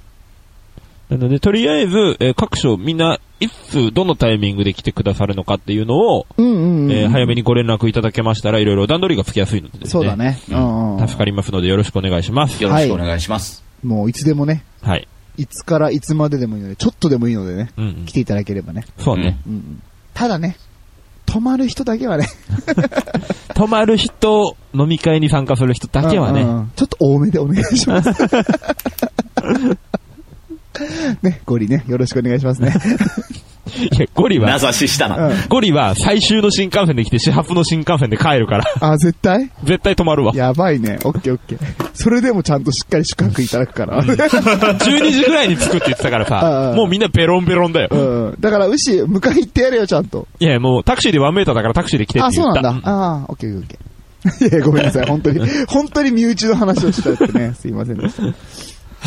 B: なので、とりあえず、えー各所みんな、いつ、どのタイミングで来てくださるのかっていうのを、
A: うんうんうん。
B: えー早めにご連絡いただけましたら、いろいろ段取りがつきやすいのでですね。
A: そうだ。ね。うんうん。
B: 助かりますので、よろしくお願いします。
D: よろしくお願いします。
A: もういつでもね、
B: はい。
A: いつからいつまででもいいので、ちょっとでもいいのでね、
B: うんうん
A: 来。ていただければね。
B: そうね。
A: うんうん。ただね、泊まる人だけはね。
B: 泊まる人、飲み会に参加する人だけは
A: うんうん
B: ね、
A: うん。ちょっと多めでお願いします。
B: [LAUGHS]
A: ね、ゴリね、よろしくお願いしますね。
B: いや、ゴリ
D: 名
B: は、
D: 指ししたな。
A: うん
B: ゴリは最終の新幹線で来て、始発の新幹線で帰るから、 [LAUGHS]
A: あ、絶対
B: 絶対止まるわ。
A: やばいね。オッケーオッケー。それでもちゃんとしっかり宿泊いただくから。
B: 12時ぐらいに着くって言ってたから
A: う
B: さ
A: ん、
B: もうみんなベロンベロンだよ。
A: [LAUGHS] うん。だから、牛、迎え行ってやれよ、ちゃんと。
B: いや、もうタクシーでワンメーターだからタクシーで来てっ
A: あ、
B: て
A: そう
B: 言っ
A: なん
B: た。
A: だ。ああ、オッケーオッケー。いや、ごめんなさい。本当に、本当に身内の話をしたってね。すいませんでした。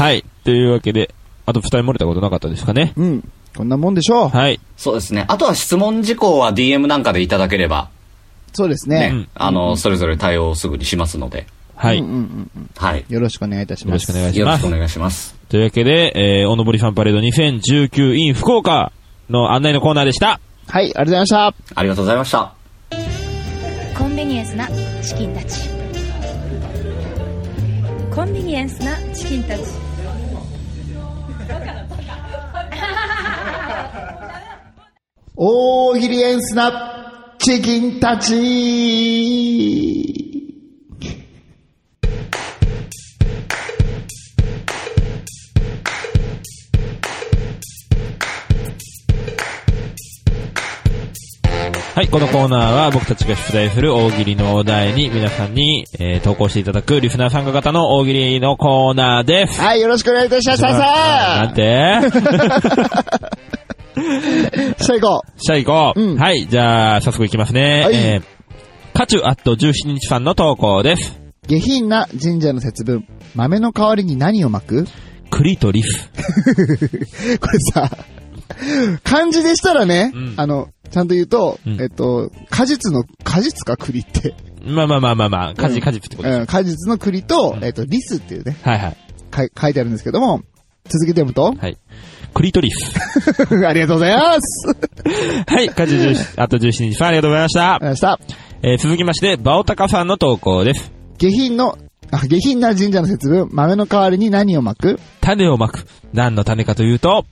B: はい。というわけで、あと二人漏れたことなかったですかね。
A: うん。こんなもんでしょう。
B: はい。
D: そうですね。あとは質問事項は DM なんかでいただければ、
A: そうです
D: ね、
A: ね。
D: あの、それぞれ対応をすぐにしますので、
B: はい。
A: うん
B: よ
A: うんうんうん。
D: はい。
A: よろしくお願いいたし
B: ろ
A: ま
B: し
A: す。
B: くお願いし
D: よろ
B: ま
D: しく
B: す
D: お。願いします。
B: というわけで、えー、おのぼりファンパレード2019 in 福岡の案内のコーナーでした。
A: はい、ありがとうございました。
D: ありがとうございました。
E: コンビニエンスなチキンたちコンビニエンスなチキンたち
A: 大喜利エンスナチキンたち
B: はい、このコーナーは僕たちが出題する大喜利のお題に皆さんに、えー投稿していただくリスナー参加型の大喜利のコーナーです。
A: はい、よろしくお願いいたします。さあさ
B: なんて
A: あさあ行こ
B: じゃあ行こ
A: [LAUGHS]
B: う、
A: うん
B: はい、じゃあ早速行きますね。
A: はい
B: えー、カチュアット17日さんの投稿です。
A: う。下品な神社の節分。豆の代わりに何を巻く
B: 栗とリス。
A: これさ、漢字でしたらね、
B: うん
A: あの、ちゃんと言うと、
B: うん
A: えっと、果実の、果実か栗って。
B: まあまあまあまあまあ、果
A: う
B: 実
A: ん
B: 果実ってことです。
A: うん、果実の栗と、
B: うん
A: えっと、リスっていうね、
B: はいはい。
A: か書いてあるんですけども、続けて読むと
B: はい。栗とリ
A: [LAUGHS]
B: ス。
A: ありがとうございますありがとう
B: はい、カジ17、あと17日さんありがとうございました
A: ござい。ました。
B: えー続きまして、バオタカさんの投稿です。
A: 下品の、あ、下品な神社の節分、豆の代わりに何を巻く
B: 種をまく。何の種かというと、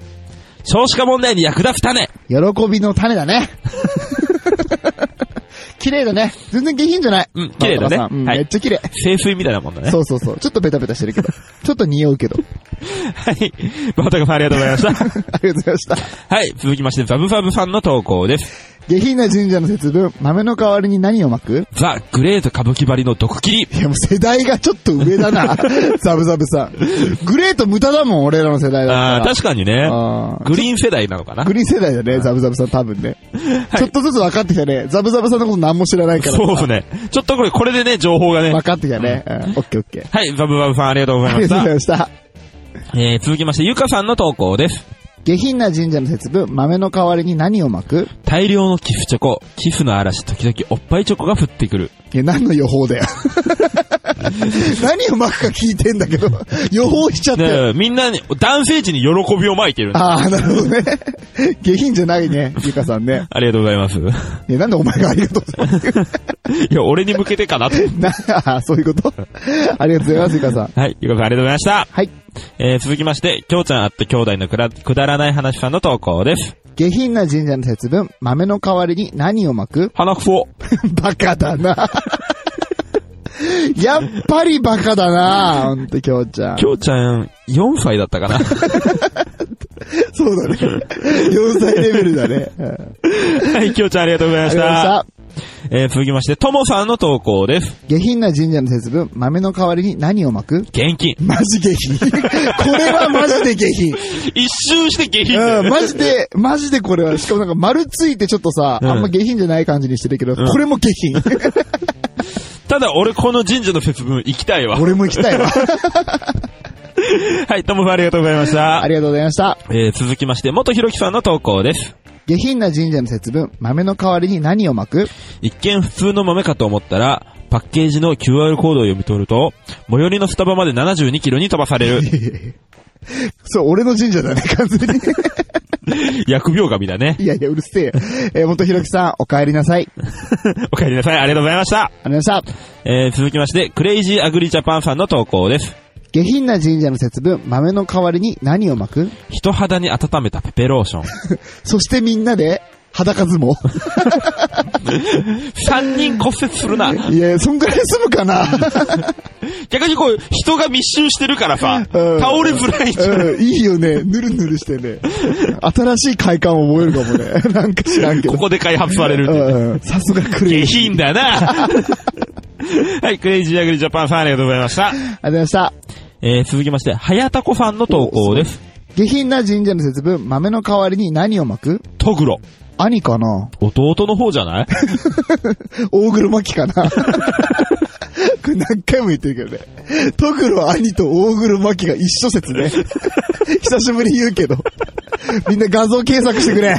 B: 少子化問題に役立つ種
A: 喜びの種だね。 [LAUGHS] 綺麗だね。全然下品じゃない。
B: うん綺麗だね
A: バオタカさんうん
B: はい
A: めっちゃ綺麗。
B: 清水みたいなもんだね。
A: そうそうそう。ちょっとベタベタしてるけど。ちょっと匂うけど。
B: はい。バオタカさんありがとうございました。
A: [LAUGHS] ありがとうございました。
B: はい、続きまして、ザブザブさんの投稿です。
A: 下品な神社の節分、豆の代わりに何を巻く
B: ザ・グレート歌舞伎張りの毒切り。
A: いやもう世代がちょっと上だ
B: [LAUGHS]
A: な。ザブザブさん。グレート無駄だもん、俺らの世代だから。
B: あー、確かにね。
A: あー
B: グリーン世代なのかな
A: グリーン世代だね、ザブザブさん多分ね。ちょっとずつ分かってきたね。ザブザブさんのこと何も知らないから。
B: そうね。ちょっとこれ、これでね、情報がね
A: 分。かってきたね。うんオッケーオッケー。
B: はい、ザブザブさんありがとうござい
A: あ
B: ま
A: り
B: し
A: がとうござい [LAUGHS]
B: た。
A: ました。
B: えー、続きまして、ゆかさんの投稿です。
A: 下品な神社の節分、豆の代わりに何を巻く
B: 大量の寄付チョコ、寄付の嵐、時々おっぱいチョコが降ってくる。
A: いや、何の予報
B: [LAUGHS]
A: だよ。何を巻くか聞いてんだけど、予報しちゃったよ。
B: ねえみんなに、男性陣に喜びをまいてるんだ。
A: ああ、なるほどね。下品じゃないね、ゆかさんね。
B: ありがとうございます。
A: いや、なんでお前がありがとうございます。
B: [LAUGHS] いや、俺に向けてかなと。
A: なあー、そういうことありがとうございます、ゆかさん。
B: はい、ゆかさんありがとうございました。
A: はい。
B: えー、続きまして、きょうちゃんあって兄弟のくらくだらない話さんの投稿です。
A: 下品な神社の節分、豆の代わりに何を巻く
B: 鼻くそ。
A: [LAUGHS] バカだな。やっぱりバカだな、ほんと、きょうちゃん
B: き。ょうちゃん、4歳だったか [LAUGHS] な。
A: そうだね。4歳レベルだね。うん
B: はい、きょうちゃんありがとうござい
A: あ
B: ま
A: り
B: し。
A: がとうございましたた。
B: えー、続きまして、ともさんの投稿です。
A: 下品な神社の節分、豆の代わりに何を巻く
B: 現金。
A: マジ下品。 [LAUGHS] これはマジで下品。
B: 一周して下品だよ
A: う
B: ね
A: ん、マジで、マジでこれは、しかもなんか丸ついてちょっとさ、
B: うん
A: あんま下品じゃない感じにしてるけど、
B: ん
A: これも下品。
B: ただ、俺この神社の節分行きたいわ。
A: [LAUGHS] 俺も行きたいわ。
B: はい、ともさんありがとうございまし
A: [LAUGHS]
B: た
A: あ。りがとうございました。
B: えー、続きまして、元ひろきさんの投稿です。
A: 下品な神社の節分、豆の代わりに何を巻く
B: 一見普通の豆かと思ったら、パッケージの QR コードを読み取ると、最寄りのスタバまで72キロに飛ばされ
A: [LAUGHS]
B: る。
A: そう、俺の神社だね、完全に。
B: 疫病神だね。
A: いやいや、うるせえよ。えー、元ひろきさん、お帰りなさい。あり
B: お帰りなさい。ありがとうございました。
A: がとうございました。
B: えー、続きまして、クレイジーアグリジャパンさんの投稿です。
A: 下品な神社の節分、豆の代わりに何を巻く
B: 人肌に温めたペペローション。
A: そしてみんなで、裸相撲。
B: 三人骨折する
A: [LAUGHS]
B: な。
A: いや、そんぐらい済むかな。
B: 逆にこう、人が密集してるからさ、
A: うん
B: 倒れづらいんじゃない
A: うん、いいよね。ぬるぬるしてね。新しい快感を覚えるかもね。 [LAUGHS] なんか知らんけど。
B: ここで開発されるっていう。
A: うんうんさすがクレイ
B: 下
A: ジー。
B: 品
A: [LAUGHS]
B: だな。はい、クレイジーアグリジャパンさんありがとうございました。
A: ありがとうございました。
B: えー、続きまして、はやたこさんの投稿です。
A: 下品な神社の節分、豆の代わりに何を巻く
B: トグロ。
A: 兄かな
B: 弟の方じゃない
A: [LAUGHS] 大黒巻きかなこれ何回も言ってるけどね。トグロ兄と大黒巻きが一緒説ね。 [LAUGHS] 久しぶりに言うけど。みんな画像検索してくれ。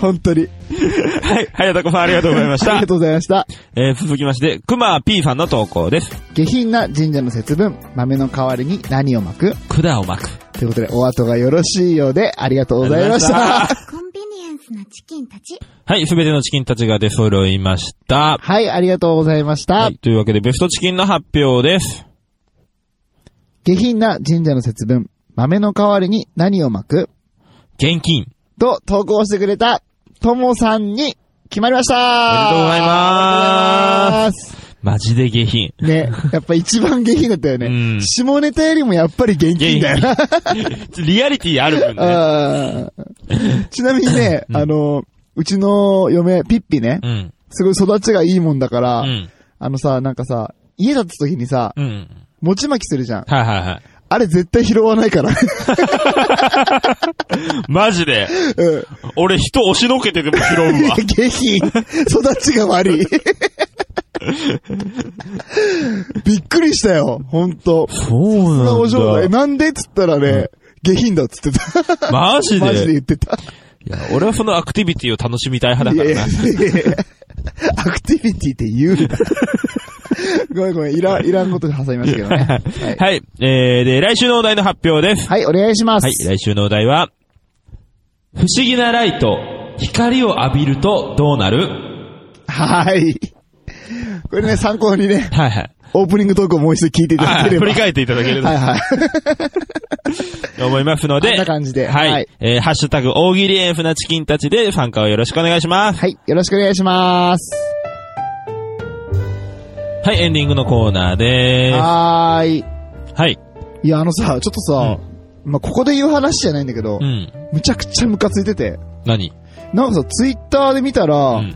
A: 本当に。
B: [LAUGHS] はい、はやたこさんありがとうございまし
A: あり
B: た
A: が。とうございました。
B: えー、続きまして、くま P さんの投稿です。
A: 下品な神社の節分、豆の代わりに何を巻く
B: 管を巻く。
A: ということで、お後がよろしいようで、ありがとうございまし
B: ありがとうございま
A: た。
E: コンビニエンスなチキンたち。
B: はい、すべてのチキンたちが出揃いました。
A: はい、ありがとうございました。
B: はい、というわけで、ベストチキンの発表です。
A: 下品な神社の節分、豆の代わりに何を巻く
B: 現金。
A: と投稿してくれた、ともさんに決まりました
B: おめでとうございますマジで下品。
A: ね、やっぱ一番下品だったよね。
B: うん
A: 下ネタよりもやっぱり現金だよな。
B: [LAUGHS] リアリティある分ね。
A: うんちなみにね、あの、うちの嫁、ピッピね
B: う、ん。
A: すごい育ちがいいもんだから、
B: うん。
A: あのさ、なんかさ、家建つ時にさ、
B: うん。
A: 餅巻きするじゃん。
B: はいはいはい。
A: あれ絶対拾わないから。
B: [LAUGHS] マジで。
A: うん。
B: 俺人押しのけてでも拾うわ
A: [LAUGHS] 下品。育ちが悪い。びっくりしたよ、ほんと。
B: [LAUGHS] そう
A: そんなお嬢えなんでっつったらね、下品だっつってた。
B: マジ
A: マジで
B: で。
A: 言ってた。
B: いや、俺はそのアクティビティを楽しみたい派
A: い
B: だ
A: や
B: か
A: い
B: ら
A: や
B: な。
A: アクティビティって言うな。ごめんごめん、いらん、いらんことで挟みましたけ
B: [LAUGHS]
A: どね。
B: はい。えー、で、来週のお題の発表です。
A: はい、お願いします。
B: はい、来週のお題は、不思議なライト、光を浴びるとどうなる
A: はい。これね、参考にね、
B: はいはい。
A: オープニングトークをもう一度聞いていただ
B: は
A: け
B: い
A: れば。
B: 振り返っていただけ
A: は
B: れ
A: い
B: ば
A: はい。
B: と思いますので、
A: こんな感じで
B: はい。
A: はい
B: えー、ハッシュタグ、大喜利エンフなチキンたちで参加をよろしくお願いします。
A: はい、よろしくお願いします。
B: はい、エンディングのコーナーでー
A: はーい。
B: す。はい。
A: いや、あのさ、ちょっとさ、まあ、ここで言う話じゃないんだけど、
B: うん。
A: むちゃくちゃムカついてて、
B: 何
A: なんかさ、ツイッターで見たら、
B: うん。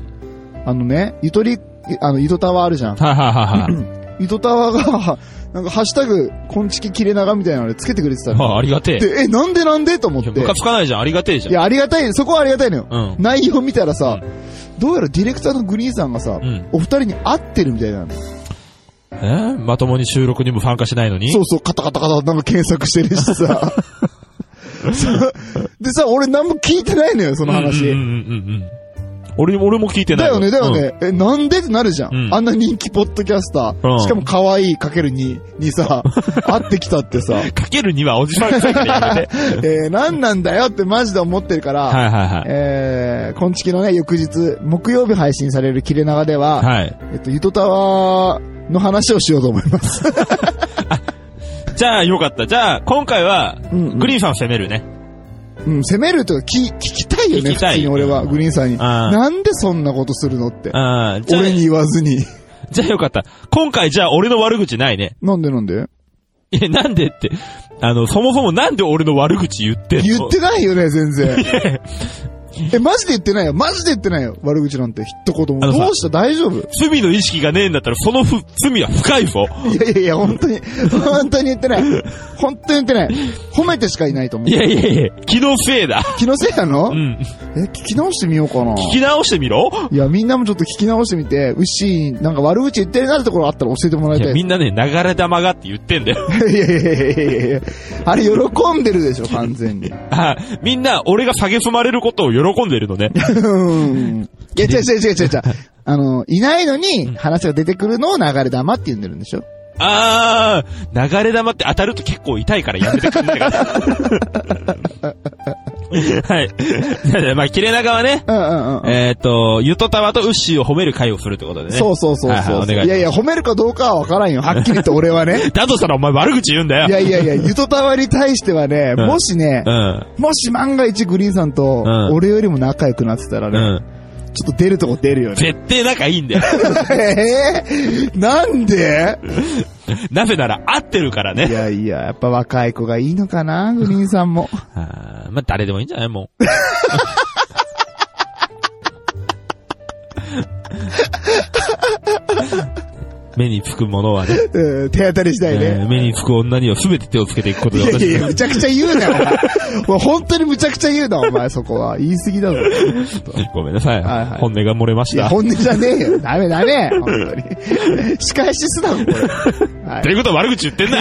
A: あのね、ゆとり、あの、ゆとタワーあるじゃん。
B: はいはいはいは
A: ゆとタワーが、 [LAUGHS] なんか、ハッシュタグ、こんちき切れ長みたいなのでつけてくれてた
B: い。ま
A: の。
B: あ、ありがてえ。
A: で、え、なんでなんでと思っ
B: いや
A: て
B: ム。カつかないじゃん。ありがてえじゃん。
A: いや、ありがたい、そこはありがたいのよ。
B: うん。
A: 内容見たらさ
B: う、
A: どうやらディレクターのグリーンさんがさ、
B: うん
A: お二人に合ってるみたいなの。
B: えーまともに収録にも参加しないのに
A: そうそう、カタカタカタなんか検索してるしさ。
B: [LAUGHS]
A: そうでさ、俺何も聞いてないのよ、その話。
B: うんうんうんうんうん。俺も、俺も聞いてな
A: だ
B: い
A: よ
B: わ。
A: ね、だよね。え、なんでってなるじゃん。
B: うん
A: あんな人気ポッドキャスター。
B: うん
A: しかも可愛いかける2に
B: [LAUGHS]
A: さ、会ってきたってさ、
B: うん。かけるにはおじさんく
A: [LAUGHS]
B: さいからやめて。
A: えー、なんなんだよってマジで思ってるから、
B: はいはいはい。
A: えー、今月のね、翌日、木曜日配信される切れ長では、
B: はい。
A: えっと、ゆとたわの話をしようと思います。
B: [LAUGHS] じゃあ、よかった。じゃあ、今回は、
A: うんうん
B: グリーンさんを攻めるね。
A: うん、攻めると聞聞きたいよね、
B: 聞
A: 普
B: きたい
A: 通に俺は、グリーンさんに。
B: ん
A: なんでそんなことするのって。
B: ああ、じゃあ、
A: 俺に言わずに。
B: じゃあよかった。今回じゃあ俺の悪口ないね。 [LAUGHS]
A: なんでなんで
B: え、なんでって。あの、そもそもなんで俺の悪口言ってんの
A: [LAUGHS] 言ってないよね、全然。え、マジで言ってないよ。マジで言ってないよ。悪口なんて一言も。
B: あのさ
A: どうした大丈夫い
B: 罪の意識がねえんだったら、そのふ罪は深いぞ。
A: やいやいや、本当に、本当に言ってない。本当に言ってない。褒めてしかいないと思う
B: い。やいやいや、気のせいだ。
A: 気のせいなの、
B: うん。
A: え、聞き直してみようかな。
B: 聞き直してみろ
A: いや、みんなもちょっと聞き直してみて、うっしー、なんか悪口言ってるなってところあったら教えてもらい
B: い
A: た
B: や、
A: い
B: みんなね、流れ玉がって言ってんだよ。
A: いやいやいやいやいやいやあれ喜んでるでしょ、完全
B: [LAUGHS]
A: に。
B: あみんな、俺が蔑まれることを喜んでる
A: [LAUGHS]
B: のね。
A: うん。いや、違う違う違う違う違
B: [LAUGHS]
A: う。あの、いないのに話が出てくるのを流れ玉って言うんでるんでしょ
B: あ
A: [LAUGHS]
B: ー、流れ玉って当たると結構痛いからやめてくんないかな。はい。 [LAUGHS] じゃあまあ、切れ長はね、
A: うんうんうん。
B: えっ、と、ゆとたわとウッシーを褒める会をするってことでね。
A: そうそうそうそう。
B: はいはいお願いします。
A: いやいや、褒めるかどうかはわからんよ。はっきりと俺はね
B: [LAUGHS] だとしたらお前悪口言うんだよ。
A: いやいやいや、ゆとたわに対してはね、
B: うん
A: もしね、もし万が一グリーンさんと
B: うん
A: 俺よりも仲良くなってたら
B: うん。
A: ね、
B: うん。
A: ちょっと出るとこ出るよね。
B: 絶対仲いいんだよ。
A: [LAUGHS] えーなんで
B: なぜなら合ってるから
A: い
B: ね。
A: やいや、やっぱ若い子がいいのかな、グリーンさんも。
B: あーまあ、誰でもいいんじゃないもう。目につくものはね、
A: うん手当たり次第
B: えー
A: ね。
B: 目につく女には全て手をつけていくこと
A: い
B: で
A: や
B: 私
A: いや、むちゃくちゃ言うなよ、お前。お前本当にむちゃくちゃ言うな、お前、そこは。言い過ぎだぞ。
B: [LAUGHS] ごめんなさ
A: は
B: い,、
A: いはい
B: 本音が漏れまし
A: いや、
B: た。
A: 本音じゃねえよ。ダメダメ。本当 [LAUGHS] に。仕返しすな、これ。は
B: ということは悪口言ってんな。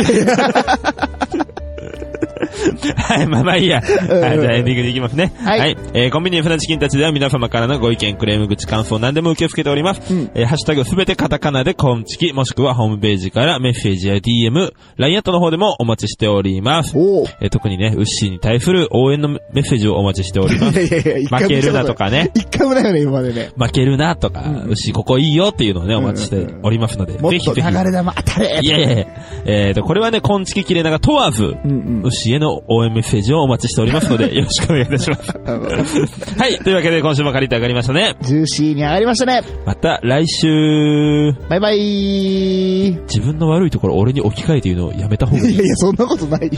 B: はい、まあまあいいや。はい、じゃあエンディングでいきますね。
A: はい
B: えーコンビニエンフラチキンたちでは皆様からのご意見、クレーム口、感想、何でも受け付けております。
A: うん
B: えーハッシュタグすべてカタカナでコンチキ、もしくはホームページからメッセージや DM、LINE アットの方でもお待ちしております。
A: おお。い
B: えー特にね、ウッシーに対する応援のメッセージをお待ちしておりま
A: や
B: す。
A: [LAUGHS] いやいや、一回
B: 負
A: も
B: け
A: 見た
B: る
A: こ
B: なと。かね。
A: 一回もないよね、今までね。
B: 負けるなとか、ウッシーここいいよっていうのをね、お待ちしておりますので、
A: もっ
B: ぜひ
A: と
B: ぜ
A: 流
B: ひ。
A: れ玉当たれ
B: [LAUGHS] いやいやいや、えー、と、これはね、今月切れ長問わず、
A: うんうん。
B: 牛への応援メッセージをお待ちしております
A: [LAUGHS]
B: ので、よろしくお願いいたします。はい、というわけで今週も借りて上がりましたね。
A: ジューシーに上がりましたね。
B: また来週、
A: バイバイ。い
B: 自分の悪いところ俺に置き換えて言うのをやめた方が
A: や
B: いい。
A: いや、そんなことないよ。